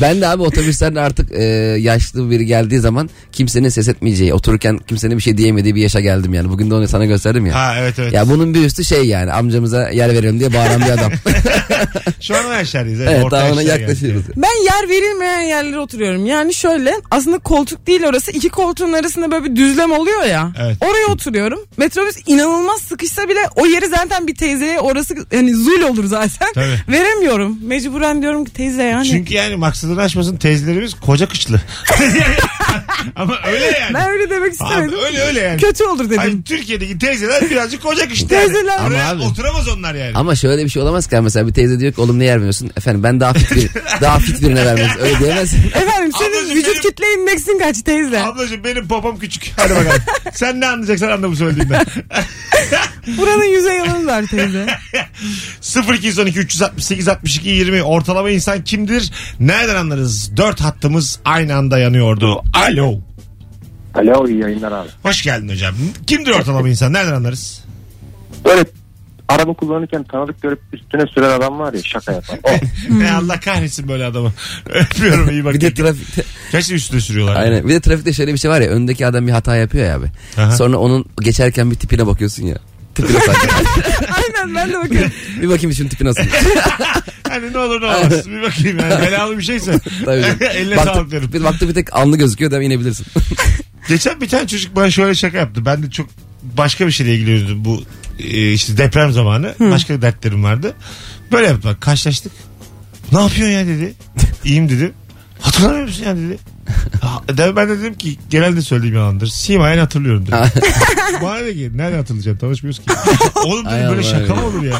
Ben de abi otobüslerde artık e, yaşlı biri geldiği zaman kimsenin ses etmeyeceği, otururken kimsenin bir şey diyemediği bir yaşa geldim yani. Bugün de onu sana gösterdim ya. Ha evet evet. Ya bunun bir üstü şey yani amcamıza yer verelim diye bağıran *laughs* bir adam. Şu an o yaşlardayız. evet Orta daha ona yaşlara yaklaşıyoruz. geldik Ben yer verilmeyen yerlere oturuyorum. Yani şöyle aslında koltuk değil orası. iki koltuğun arasında böyle bir düzlem oluyor ya. Evet. Oraya oturuyorum. Metrobüs inanılmaz sıkışsa bile o yeri zaten bir teyzeye orası hani zul olur zaten. Tabii. *laughs* Veremiyorum. Mecburen diyorum ki teyze yani. Çünkü yani maksadını aşmasın teyzelerimiz koca kışlı. *laughs* Ama öyle yani. Ben öyle demek istemedim. Abi, öyle öyle yani. Kötü olur dedim. Ay, Türkiye'deki teyzeler birazcık koca kışlı. Teyzeler. Yani. Oraya Ama abi- oturamaz onlar yani. Ama şöyle bir *laughs* şey olamaz ki mesela bir teyze diyor ki oğlum ne yer vermiyorsun? Efendim ben daha fit, bir, daha fit birine vermez. Öyle *laughs* diyemezsin. Efendim Ablacığım senin Ablacığım vücut benim- kitle indeksin kaç teyze? Ablacığım benim popom küçük. Hadi *laughs* bakalım. Sen ne anlayacaksın anla bu *laughs* söylediğimden. Buranın yüzey alanı var *laughs* teyze. 0212 368 62 20 ortalama insan kimdir? Nereden anlarız? Dört hattımız aynı anda yanıyordu. Alo. Alo iyi yayınlar abi. Hoş geldin hocam. Kimdir ortalama insan? Nereden anlarız? Böyle araba kullanırken tanıdık görüp üstüne süren adam var ya şaka yapar. Oh. O. E Allah kahretsin böyle adamı. Öpüyorum iyi bak. Hmm. Bir de trafikte Gerçi üstüne sürüyorlar. aynen. Bir de trafikte şöyle bir şey var ya öndeki adam bir hata yapıyor ya abi. Aha. Sonra onun geçerken bir tipine bakıyorsun ya. Tipine bak. Aynen ben de bakıyorum. bir bakayım şunun tipi nasıl. Hani ne olur ne olmaz. Bir bakayım *laughs* yani. Belalı bir şeyse. Tabii. canım. *laughs* Eline Baktı- sağlık derim. Bir baktı bir tek alnı gözüküyor da inebilirsin. Geçen bir tane çocuk bana şöyle şaka yaptı. Ben de çok başka bir şeyle ilgileniyordum bu e, işte deprem zamanı. Başka dertlerim vardı. Böyle yaptı bak karşılaştık. Ne yapıyorsun ya dedi. İyiyim dedim. Hatırlamıyor musun ya dedi. Ha, de- Ben de dedim ki genelde söylediğim yalandır. Simayen hatırlıyorum dedim. *laughs* Bana dedi ki nereden hatırlayacağım tanışmıyoruz ki. Oğlum Hay dedim böyle Allah şaka ya. mı olur ya.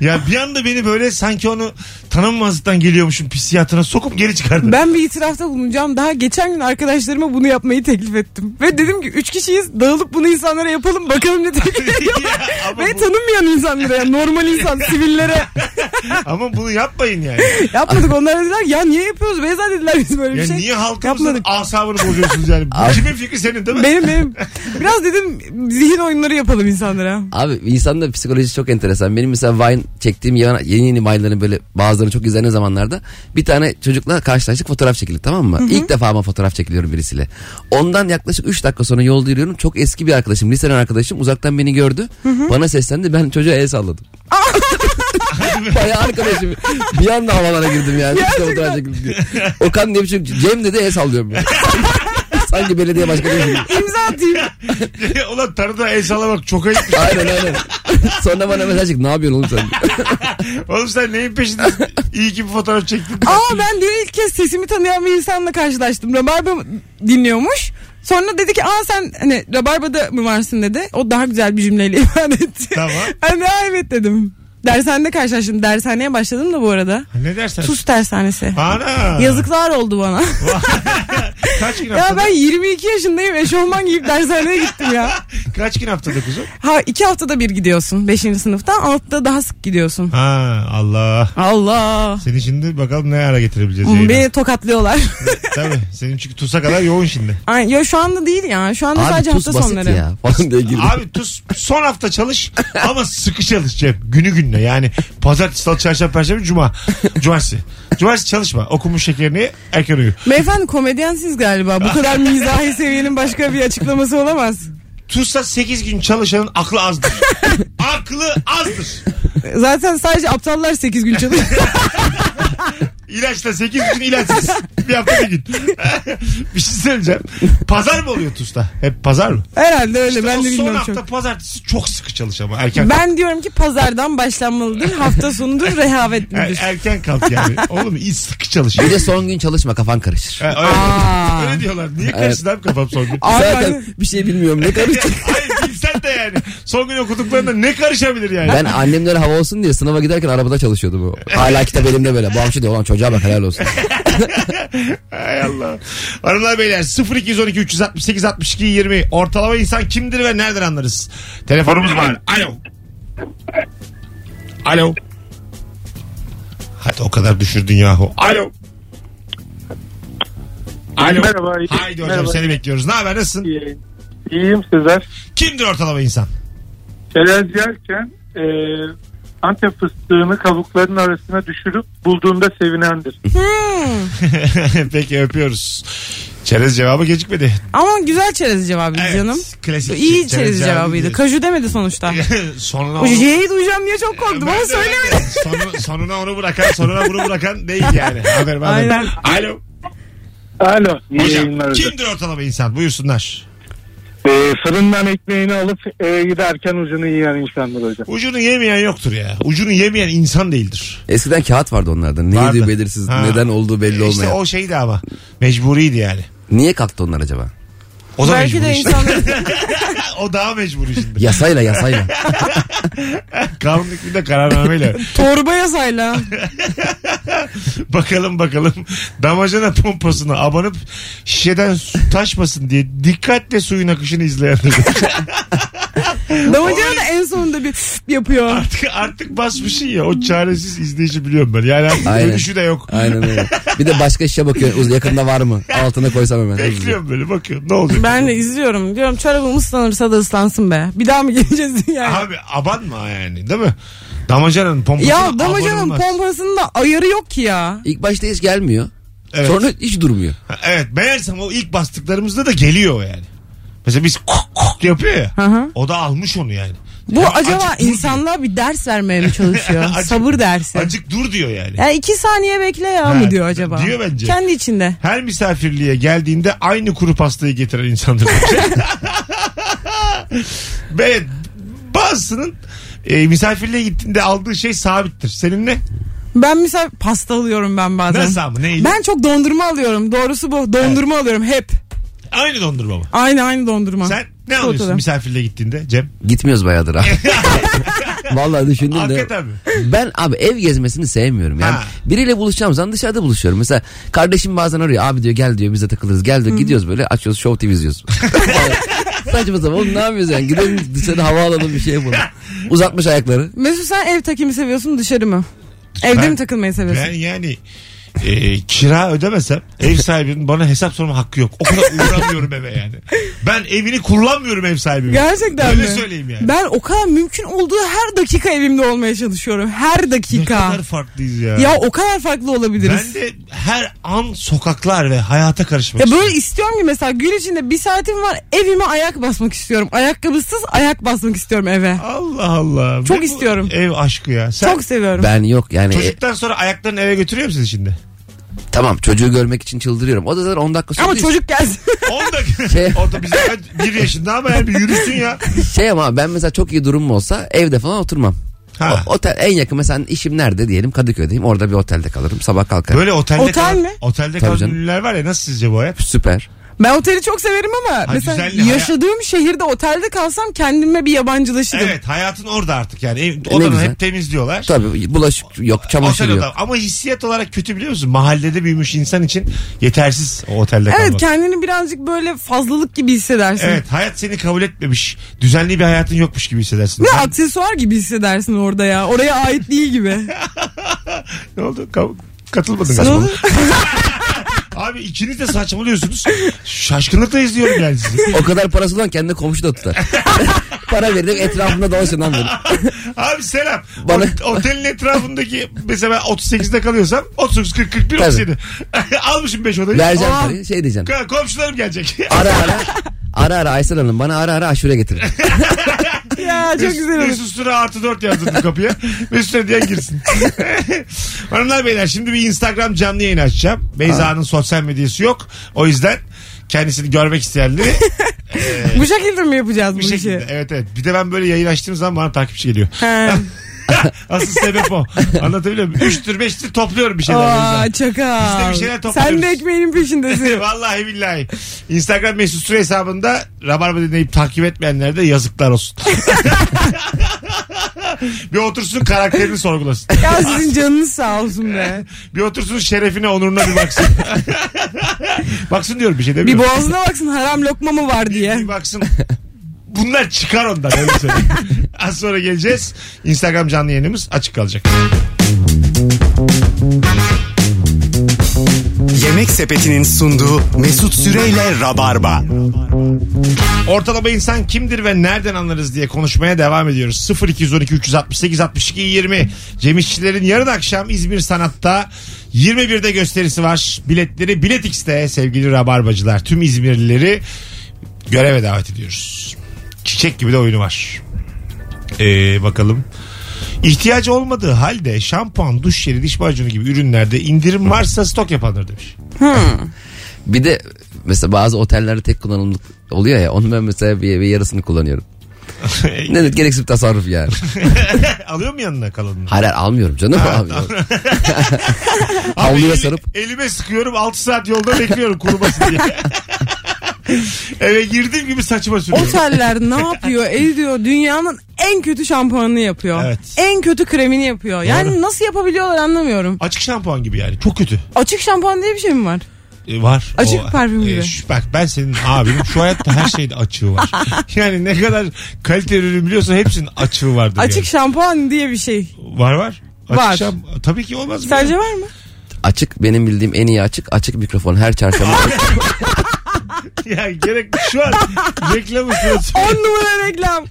Ya bir anda beni böyle sanki onu tanınmazlıktan geliyormuşum psikiyatına sokup geri çıkardı. Ben bir itirafta bulunacağım. Daha geçen gün arkadaşlarıma bunu yapmayı teklif ettim. Ve dedim ki üç kişiyiz dağılıp bunu insanlara yapalım bakalım ne *laughs* tepki veriyorlar. *laughs* Ya ama, Ve bu- tanınmayan insanlara yani normal *laughs* insan sivillere ama bunu yapmayın yani. yapmadık. Onlar dediler ya niye yapıyoruz Beyza dediler biz böyle bir Ya şey. niye halkımızın yapmadık. asabını bozuyorsunuz yani? *laughs* Bu Kimin fikri senin değil mi? Benim benim. Biraz dedim zihin oyunları yapalım insanlara. Abi insanın da psikolojisi çok enteresan. Benim mesela Vine çektiğim yana- yeni yeni Vine'ların böyle bazılarını çok izlediğim zamanlarda bir tane çocukla karşılaştık fotoğraf çekildi tamam mı? İlk defa ama fotoğraf çekiliyorum birisiyle. Ondan yaklaşık 3 dakika sonra yolda yürüyorum. Çok eski bir arkadaşım, liseden arkadaşım uzaktan beni gördü. Bana seslendi ben çocuğa el salladım. Bayağı arkadaşım. Bir anda havalara girdim yani. İşte Gerçekten. fotoğraf çekildi diye. Okan diye bir çocuk. Cem dedi el sallıyorum. ya. *laughs* Sanki belediye başkanı gibi. İmza atayım. *laughs* Ulan tanıdığa el sallamak çok ayıp. *laughs* Aynen aynen. Sonra bana mesaj çıktı. Ne yapıyorsun oğlum sen? Oğlum sen neyin peşindesin? İyi ki bir fotoğraf çektin. Aa ben diyor ilk kez sesimi tanıyan bir insanla karşılaştım. Rabarba dinliyormuş. Sonra dedi ki aa sen hani Rabarba'da mı varsın dedi. O daha güzel bir cümleyle *laughs* ifade etti. *laughs* Tamam. Ben de "Aa, evet dedim. Dershanede karşılaştım. Dershaneye başladım da bu arada. Ne dersen? Sus dershanesi. Ana. Yazıklar oldu bana. Kaç gün *laughs* ya haftada? ben 22 yaşındayım. Eşofman giyip dershaneye gittim *laughs* ya. Kaç gün haftada kuzum? Ha iki haftada bir gidiyorsun. Beşinci sınıftan. Altıda daha sık gidiyorsun. Ha Allah. Allah. Seni şimdi bakalım ne ara getirebileceğiz yayına. Beni tokatlıyorlar. *laughs* Tabii. Senin çünkü TUS'a kadar yoğun şimdi. Ay, ya şu anda değil ya. Şu anda Abi sadece tuz hafta basit sonları. ya falan diye girdi. Abi TUS son hafta çalış ama sıkı çalış Cem. Günü gününe yani. Pazartesi, salı, çarşamba, perşembe, cuma. *laughs* Cumartesi. Cumartesi çalışma. Okumuş şekerini ye, erken uyu. Beyefendi komedyensiniz galiba. Bu *laughs* kadar mizahi seviyenin başka bir açıklaması olamaz. TUS'ta 8 gün çalışanın aklı azdır. *laughs* aklı azdır. Zaten sadece aptallar 8 *laughs* gün çalışıyor. İlaçla 8 gün ilaçsız. bir hafta bir gün. *laughs* bir şey söyleyeceğim. Pazar mı oluyor TUS'ta? Hep pazar mı? Herhalde öyle. İşte o ben de son bilmiyorum hafta *laughs* çok. pazartesi çok sıkı çalış ama erken kalk. Ben diyorum ki pazardan başlanmalıdır. Hafta sonudur Er- *laughs* rehavetlidir. erken kalk *laughs* yani. Oğlum iyi sıkı çalış. Bir de son gün çalışma kafan karışır. Ha, Aa. öyle, öyle diyorlar. Niye karıştı abi kafam son *laughs* gün? Abi, Zaten abi. bir şey bilmiyorum ne karıştı. Hayır bilsen de yani. Son gün okuduklarında ne karışabilir yani? Ben annemlere hava olsun diye sınava giderken arabada çalışıyordum. bu. Hala kitap elimde böyle. Babam şey diyor ulan çocuğa bak helal olsun. Hay Allah. Hanımlar beyler 0212 368 62 20 ortalama insan kimdir ve nereden anlarız? Telefonumuz var. Alo. Alo. Hadi o kadar düşürdün yahu. Alo. Alo. Merhaba. Haydi hocam Merhaba. seni bekliyoruz. Ne haber nasılsın? İyi- İyiyim sizler. Kimdir ortalama insan? *laughs* Çerez yerken e, Antep fıstığını kabukların arasına düşürüp bulduğunda sevinendir. Peki öpüyoruz. Çerez cevabı gecikmedi. Ama güzel çerez cevabı Evet, canım. Klasik İyi çerez cevabıydı. değil. Kaju *laughs* demedi sonuçta. Sonra O onu- J'yi duyacağım diye çok korktum Ben ama de- söylemedi. ben de. Sonu- sonuna onu bırakan, sonuna bunu bırakan değil yani. Haberim haberim. Aynen. Alo. Alo. iyi Hocam, yayınlar hocam. kimdir ortalama insan? Buyursunlar. E, fırından ekmeğini alıp eve giderken ucunu yiyen insandır hocam. Ucunu yemeyen yoktur ya. Ucunu yemeyen insan değildir. Eskiden kağıt vardı onlardan. Ne Vardı. yediği belirsiz. Ha. Neden olduğu belli işte olmayan. o şeydi ama. Mecburiydi yani. Niye kalktı onlar acaba? O da Belki mecbur de işte. insanlar *laughs* o daha mecbur şimdi. *laughs* Yasayla yasayla. Kanun hükmünde *laughs* kararnameyle. *laughs* torba yazayla. bakalım bakalım. Damacana pompasına abanıp şişeden su taşmasın diye dikkatle suyun akışını izleyenler. *laughs* Damacana da en sonunda bir *laughs* yapıyor. artık, artık basmışsın ya o çaresiz izleyici biliyorum ben. Yani artık Aynen. dönüşü de yok. Aynen öyle. Bir de başka işe bakıyorsun. Uz- Yakında var mı? Altına koysam hemen. hızlıca. Bekliyorum böyle bakıyorum ne olacak. Ben de izliyorum. Diyorum çorabım ıslanırsa da ıslansın be. Bir daha mı geleceğiz yani? Abi abanma yani değil mi? Damacanın pompasına Ya damacanın abanılmaz. pompasının da ayarı yok ki ya. İlk başta hiç gelmiyor. Evet. Sonra hiç durmuyor. Ha, Evet meğersem o ilk bastıklarımızda da geliyor yani. Mesela biz kuk kuk yapıyor ya. Hı hı. O da almış onu yani. Bu Ya acaba acık dur insanlığa bir ders vermeye mi çalışıyor? *laughs* Acık- Sabır dersi. diyor. Acık dur diyor yani. Yani iki saniye bekle ya Ha, mı diyor acaba? diyor bence. Kendi içinde. Her misafirliğe geldiğinde aynı kuru pastayı getiren insandır. *laughs* Böyle bazısının e, misafirliğe gittiğinde aldığı şey sabittir. Senin ne? Ben mesela pasta alıyorum ben bazen. Nasıl ama neyle? Ben çok dondurma alıyorum. Doğrusu bu. Dondurma alıyorum hep. Aynı dondurma mı? Aynı aynı dondurma. Sen ne Çikolatalı. alıyorsun misafirliğe gittiğinde Cem? Gitmiyoruz *laughs* bayağıdır abi. Vallahi düşündüm de. Hakikaten mi? Ben abi ev gezmesini sevmiyorum. Yani Ha. biriyle buluşacağım zaman dışarıda buluşuyorum. Mesela kardeşim bazen arıyor. Abi diyor gel diyor bize takılırız. Gel diyor gidiyoruz böyle açıyoruz Show TV *laughs* izliyoruz. Saçma sapan oğlum ne yapıyorsun yani? Gidelim dışarı hava alalım bir *laughs* şey yapalım. Uzatmış ayakları. Mesut sen ev takimi seviyorsun dışarı mı? Evde mi takılmayı seviyorsun? Ben yani e, kira ödemesem ev sahibinin bana hesap sorma hakkı yok. O kadar *laughs* uğramıyorum eve yani. Ben evini kullanmıyorum ev sahibimin. Gerçekten Öyle mi? söyleyeyim yani. Ben o kadar mümkün olduğu her dakika evimde olmaya çalışıyorum. Her ne dakika. kadar farklıyız ya. Ya o kadar farklı olabiliriz. ben de her an sokaklar ve hayata karışmak Ya böyle istiyorum ki mesela gün içinde bir saatim var evime ayak basmak istiyorum. Ayakkabısız ayak basmak istiyorum eve. Allah Allah. Çok Ne bu istiyorum. Ev aşkı ya. Sen Çok seviyorum. Ben yok yani. e, çocuktan sonra ayaklarını eve götürüyor musun *laughs* şimdi? tamam çocuğu görmek için çıldırıyorum. O da zaten 10 dakika sürdü. Ama çocuk gelsin. *laughs* 10 dakika. Şey- O da bize kaç- bir yaşında ama yani bir yürüsün ya. Şey ama ben mesela çok iyi durumum olsa evde falan oturmam. Ha. O- otel en yakın mesela işim nerede diyelim Kadıköy'deyim. Orada bir otelde kalırım. Sabah kalkarım. Böyle otelde Otel kalan, mi? Otelde Tabii kalan canım. ünlüler var ya nasıl sizce bu hayat? Süper. ben oteli çok severim ama mesela güzelliği, hayat- yaşadığım şehirde otelde kalsam kendime bir yabancılaşırım. Evet hayatın orada artık yani. Ev, odanı güzel. hep temizliyorlar. Tabii bulaşık yok, Otel çamaşır yok. odam. Ama hissiyat olarak kötü biliyor musun? Mahallede büyümüş insan için yetersiz o otelde Evet kalmak. kendini birazcık böyle fazlalık gibi hissedersin. Evet hayat seni kabul etmemiş. Düzenli bir hayatın yokmuş gibi hissedersin. Ve Ben- aksesuar gibi hissedersin orada ya. Oraya ait değil gibi. ne oldu? Ka- katılmadın Ne galiba. olur? Abi ikiniz de saçmalıyorsunuz. Şaşkınlıkla izliyorum yani sizi. O kadar parası olan kendine komşu da tutar. *laughs* Para verdim etrafında dolaşın lan böyle. Abi selam. Bana- O- otelin etrafındaki mesela ben 38'de kalıyorsam 39, 40, 41, Tabii. 37. *laughs* Almışım 5 odayı. Vereceğim Aa, parayı şey diyeceğim. ka- Komşularım gelecek. Ara ara. Ara ara Aysel Hanım bana ara ara aşure getirin. ya *laughs* çok Mesut- güzel olur. Mesut Süre artı 4 yazdırdım *laughs* kapıya. Mesut Süre diyen girsin. *laughs* Hanımlar beyler şimdi bir Instagram canlı yayın açacağım. Beyza'nın sosyal medyası yok. O yüzden kendisini görmek isteyenleri *laughs* Bu şekilde mi yapacağız bu bir işi? şekilde. Evet evet. Bir de ben böyle yayın açtığım zaman bana takipçi *laughs* geliyor. *laughs* He. Asıl sebep o. Anlatabiliyor muyum? Üçtür beştir topluyorum bir şeyler. Beyza. Aa çakal. Biz de bir şeyler topluyoruz. Sen de ekmeğinin peşindesin. Vallahi billahi. Instagram mesut süre hesabında Rabarba dinleyip takip etmeyenlere de yazıklar olsun. *laughs* bir otursun karakterini sorgulasın. ya sizin canınız sağ olsun be. Bir otursun şerefine onuruna bir baksın. *laughs* baksın diyorum bir şey Bir demiyorum. boğazına baksın haram lokma mı var diye. Bir baksın. Bunlar çıkar ondan öyle söyleyeyim. Az sonra geleceğiz. Instagram canlı yayınımız açık kalacak. Yemek Sepeti'nin sunduğu Mesut Süreyle Rabarba. Ortalama insan kimdir ve nereden anlarız diye konuşmaya devam ediyoruz. 0212 368 62 20. Cem İşçilerin yarın akşam İzmir Sanat'ta 21'de gösterisi var. Biletleri Bilet X'te sevgili Rabarbacılar. Tüm İzmirlileri göreve davet ediyoruz. Çiçek gibi de oyunu var. Ee, bakalım. İhtiyacı olmadığı halde şampuan, duş jeli, diş macunu gibi ürünlerde indirim varsa stok yapanlar demiş. *laughs* Bir de mesela bazı otellerde tek kullanımlık oluyor ya onun ben mesela bir, bir yarısını kullanıyorum. Ne demek gereksiz bir tasarruf yani. Alıyor mu yanına kalanını? Hayır hayır, almıyorum canım. abi. Abi Havluya eli- sarıp *laughs* Elime sıkıyorum 6 saat yolda bekliyorum kurumasın diye. Eve girdiğim gibi saçma sürüyorum. Oteller ne yapıyor? El diyor dünyanın en kötü şampuanını yapıyor. Evet. En kötü kremini yapıyor. Yani Doğru. nasıl yapabiliyorlar anlamıyorum. Açık şampuan gibi yani. Çok kötü. Açık şampuan diye bir şey mi var? E, var. Açık O- parfüm e, gibi. şu- bak ben senin abinim. Şu hayatta her şeyde açığı *laughs* var. Yani ne kadar kaliteli ürün biliyorsan hepsinin açığı vardır. Açık şampuan diye bir şey. yani. Var var. Açık Var. şam- Tabii ki olmaz mı? Sence ya? var mı? Açık benim bildiğim en iyi açık açık mikrofon her çarşamba. Ya gerek *laughs* şu an reklamı sırası. 10 numara reklam.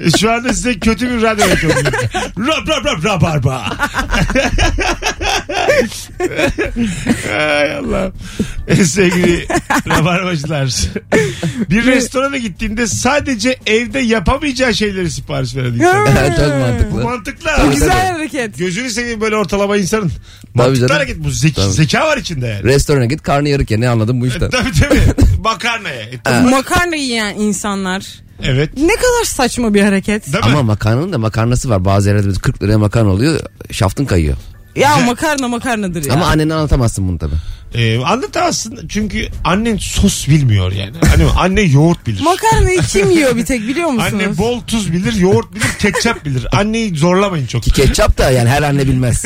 E, Şu anda size kötü bir radyo reklamı. yapıyorum. Rap rap rap rap arba. Ay Allah. Sevgili rabarbacılar. Bir restorana gittiğinde sadece evde yapamayacağı şeyleri sipariş veren insan. Çok Bu mantıklı. mantıklı. Bu abi. güzel hareket. Gözünü seveyim böyle ortalama insanın. Mantıklı canım. hareket bu. Zeki, Tabii. zeka var içinde yani. Restorana git karnı yarık ye ne anladın bu işten. Tabii tabii. Makarnaya. E, tabii. Makarna yiyen insanlar. Evet. Ne kadar saçma bir hareket. Değil mi? Ama makarnanın da makarnası var. Bazı yerlerde 40 liraya makarna oluyor. Şaftın kayıyor. Ya makarna makarnadır ya. Ama annene anlatamazsın bunu tabii. Ee, anlatamazsın çünkü annen sos bilmiyor yani. *laughs* Hani anne yoğurt bilir. Makarnayı kim yiyor bir tek biliyor musunuz? Anne bol tuz bilir, yoğurt bilir, ketçap bilir. Anneyi zorlamayın çok. Ki ketçap da yani her anne *laughs* bilmez.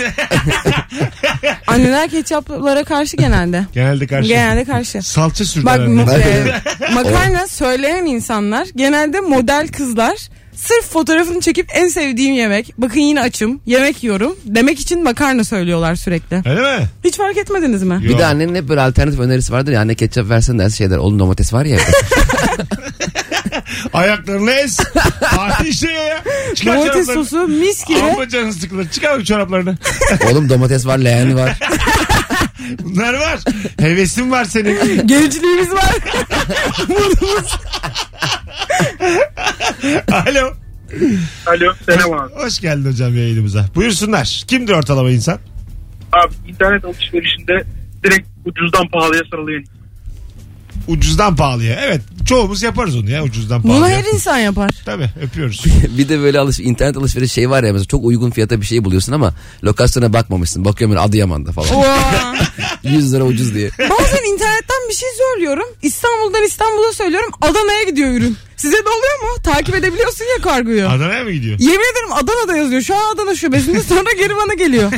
Anneler ketçaplara karşı genelde. Genelde karşı. Genelde karşı. Salça sürdü Bak anne. ma- e, makarna söyleyen insanlar genelde model kızlar sırf fotoğrafını çekip en sevdiğim yemek bakın yine açım yemek yiyorum demek için makarna söylüyorlar sürekli. Öyle mi? Hiç fark etmediniz mi? bir de annenin hep böyle alternatif önerisi vardır ya. Anne ketçap versen dersin şeyler. Oğlum domates var *laughs* ya. evde. Ayaklarını ez. Ateşe ya. Çıkar Domates çoraplarını. sosu mis gibi. Ama canın sıkılır. Çıkar bu çoraplarını. Oğlum domates var leğen var. *laughs* Bunlar var. Hevesin var senin. Gericiliğimiz *laughs* var. Alo. Alo selam abi. Hoş geldin hocam yayınımıza. Buyursunlar. Kimdir ortalama insan? Abi internet alışverişinde direkt ucuzdan pahalıya sarılıyor. Ucuzdan pahalıya. Evet. Çoğumuz yaparız onu ya ucuzdan pahalıya. Bunu her insan yapar. Tabii öpüyoruz. bir de böyle alış internet alışveriş şey var ya. Mesela çok uygun fiyata bir şey buluyorsun ama lokasyona bakmamışsın. Bakıyorum böyle Adıyaman'da falan. Oha. 100 lira ucuz diye. Bazen internetten bir şey söylüyorum. İstanbul'dan İstanbul'a söylüyorum. Adana'ya gidiyor ürün. Size de oluyor mu? Takip edebiliyorsun ya *laughs* kargoyu. Adana'ya mı gidiyor? Yemin ederim Adana'da yazıyor. Şu an Adana şubesinde sonra geri bana geliyor.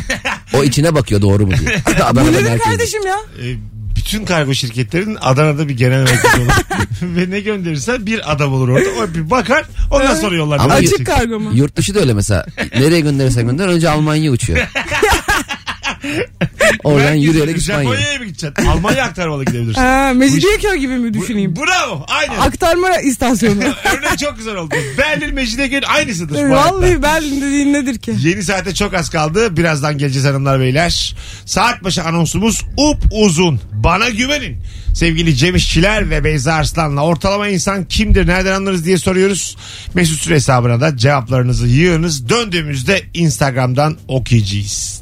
O içine bakıyor doğru mu *laughs* diye. Bu Adana'da nedir herkes- kardeşim ya? E, bütün kargo şirketlerinin Adana'da bir genel merkezi *laughs* olur. Ve ne gönderirsen bir adam olur orada. O bir bakar ondan sonra yollar. Ama Nereye yurt- Açık gidecek? kargo mu? Yurt dışı da öyle mesela. Nereye gönderirsen gönder önce Almanya'ya uçuyor. Oradan Herkes yürüyerek İspanya'ya. Japonya'ya mı gideceksin? Almanya aktarmalı gidebilirsin. Ha, Mecidiyeköy gibi mi düşüneyim? Bravo. Aynen. Aktarma istasyonu. Örnek çok güzel oldu. Berlin Mecidiyeköy aynısıdır. bu arada. Vallahi Berlin dediğin nedir ki? Yeni saate çok az kaldı. Birazdan geleceğiz hanımlar beyler. Saat başı anonsumuz up uzun. Bana güvenin. Sevgili Cem İşçiler ve Beyza Arslan'la ortalama insan kimdir nereden anlarız diye soruyoruz. Mesut Süre hesabına da cevaplarınızı yığınız. Döndüğümüzde Instagram'dan okuyacağız.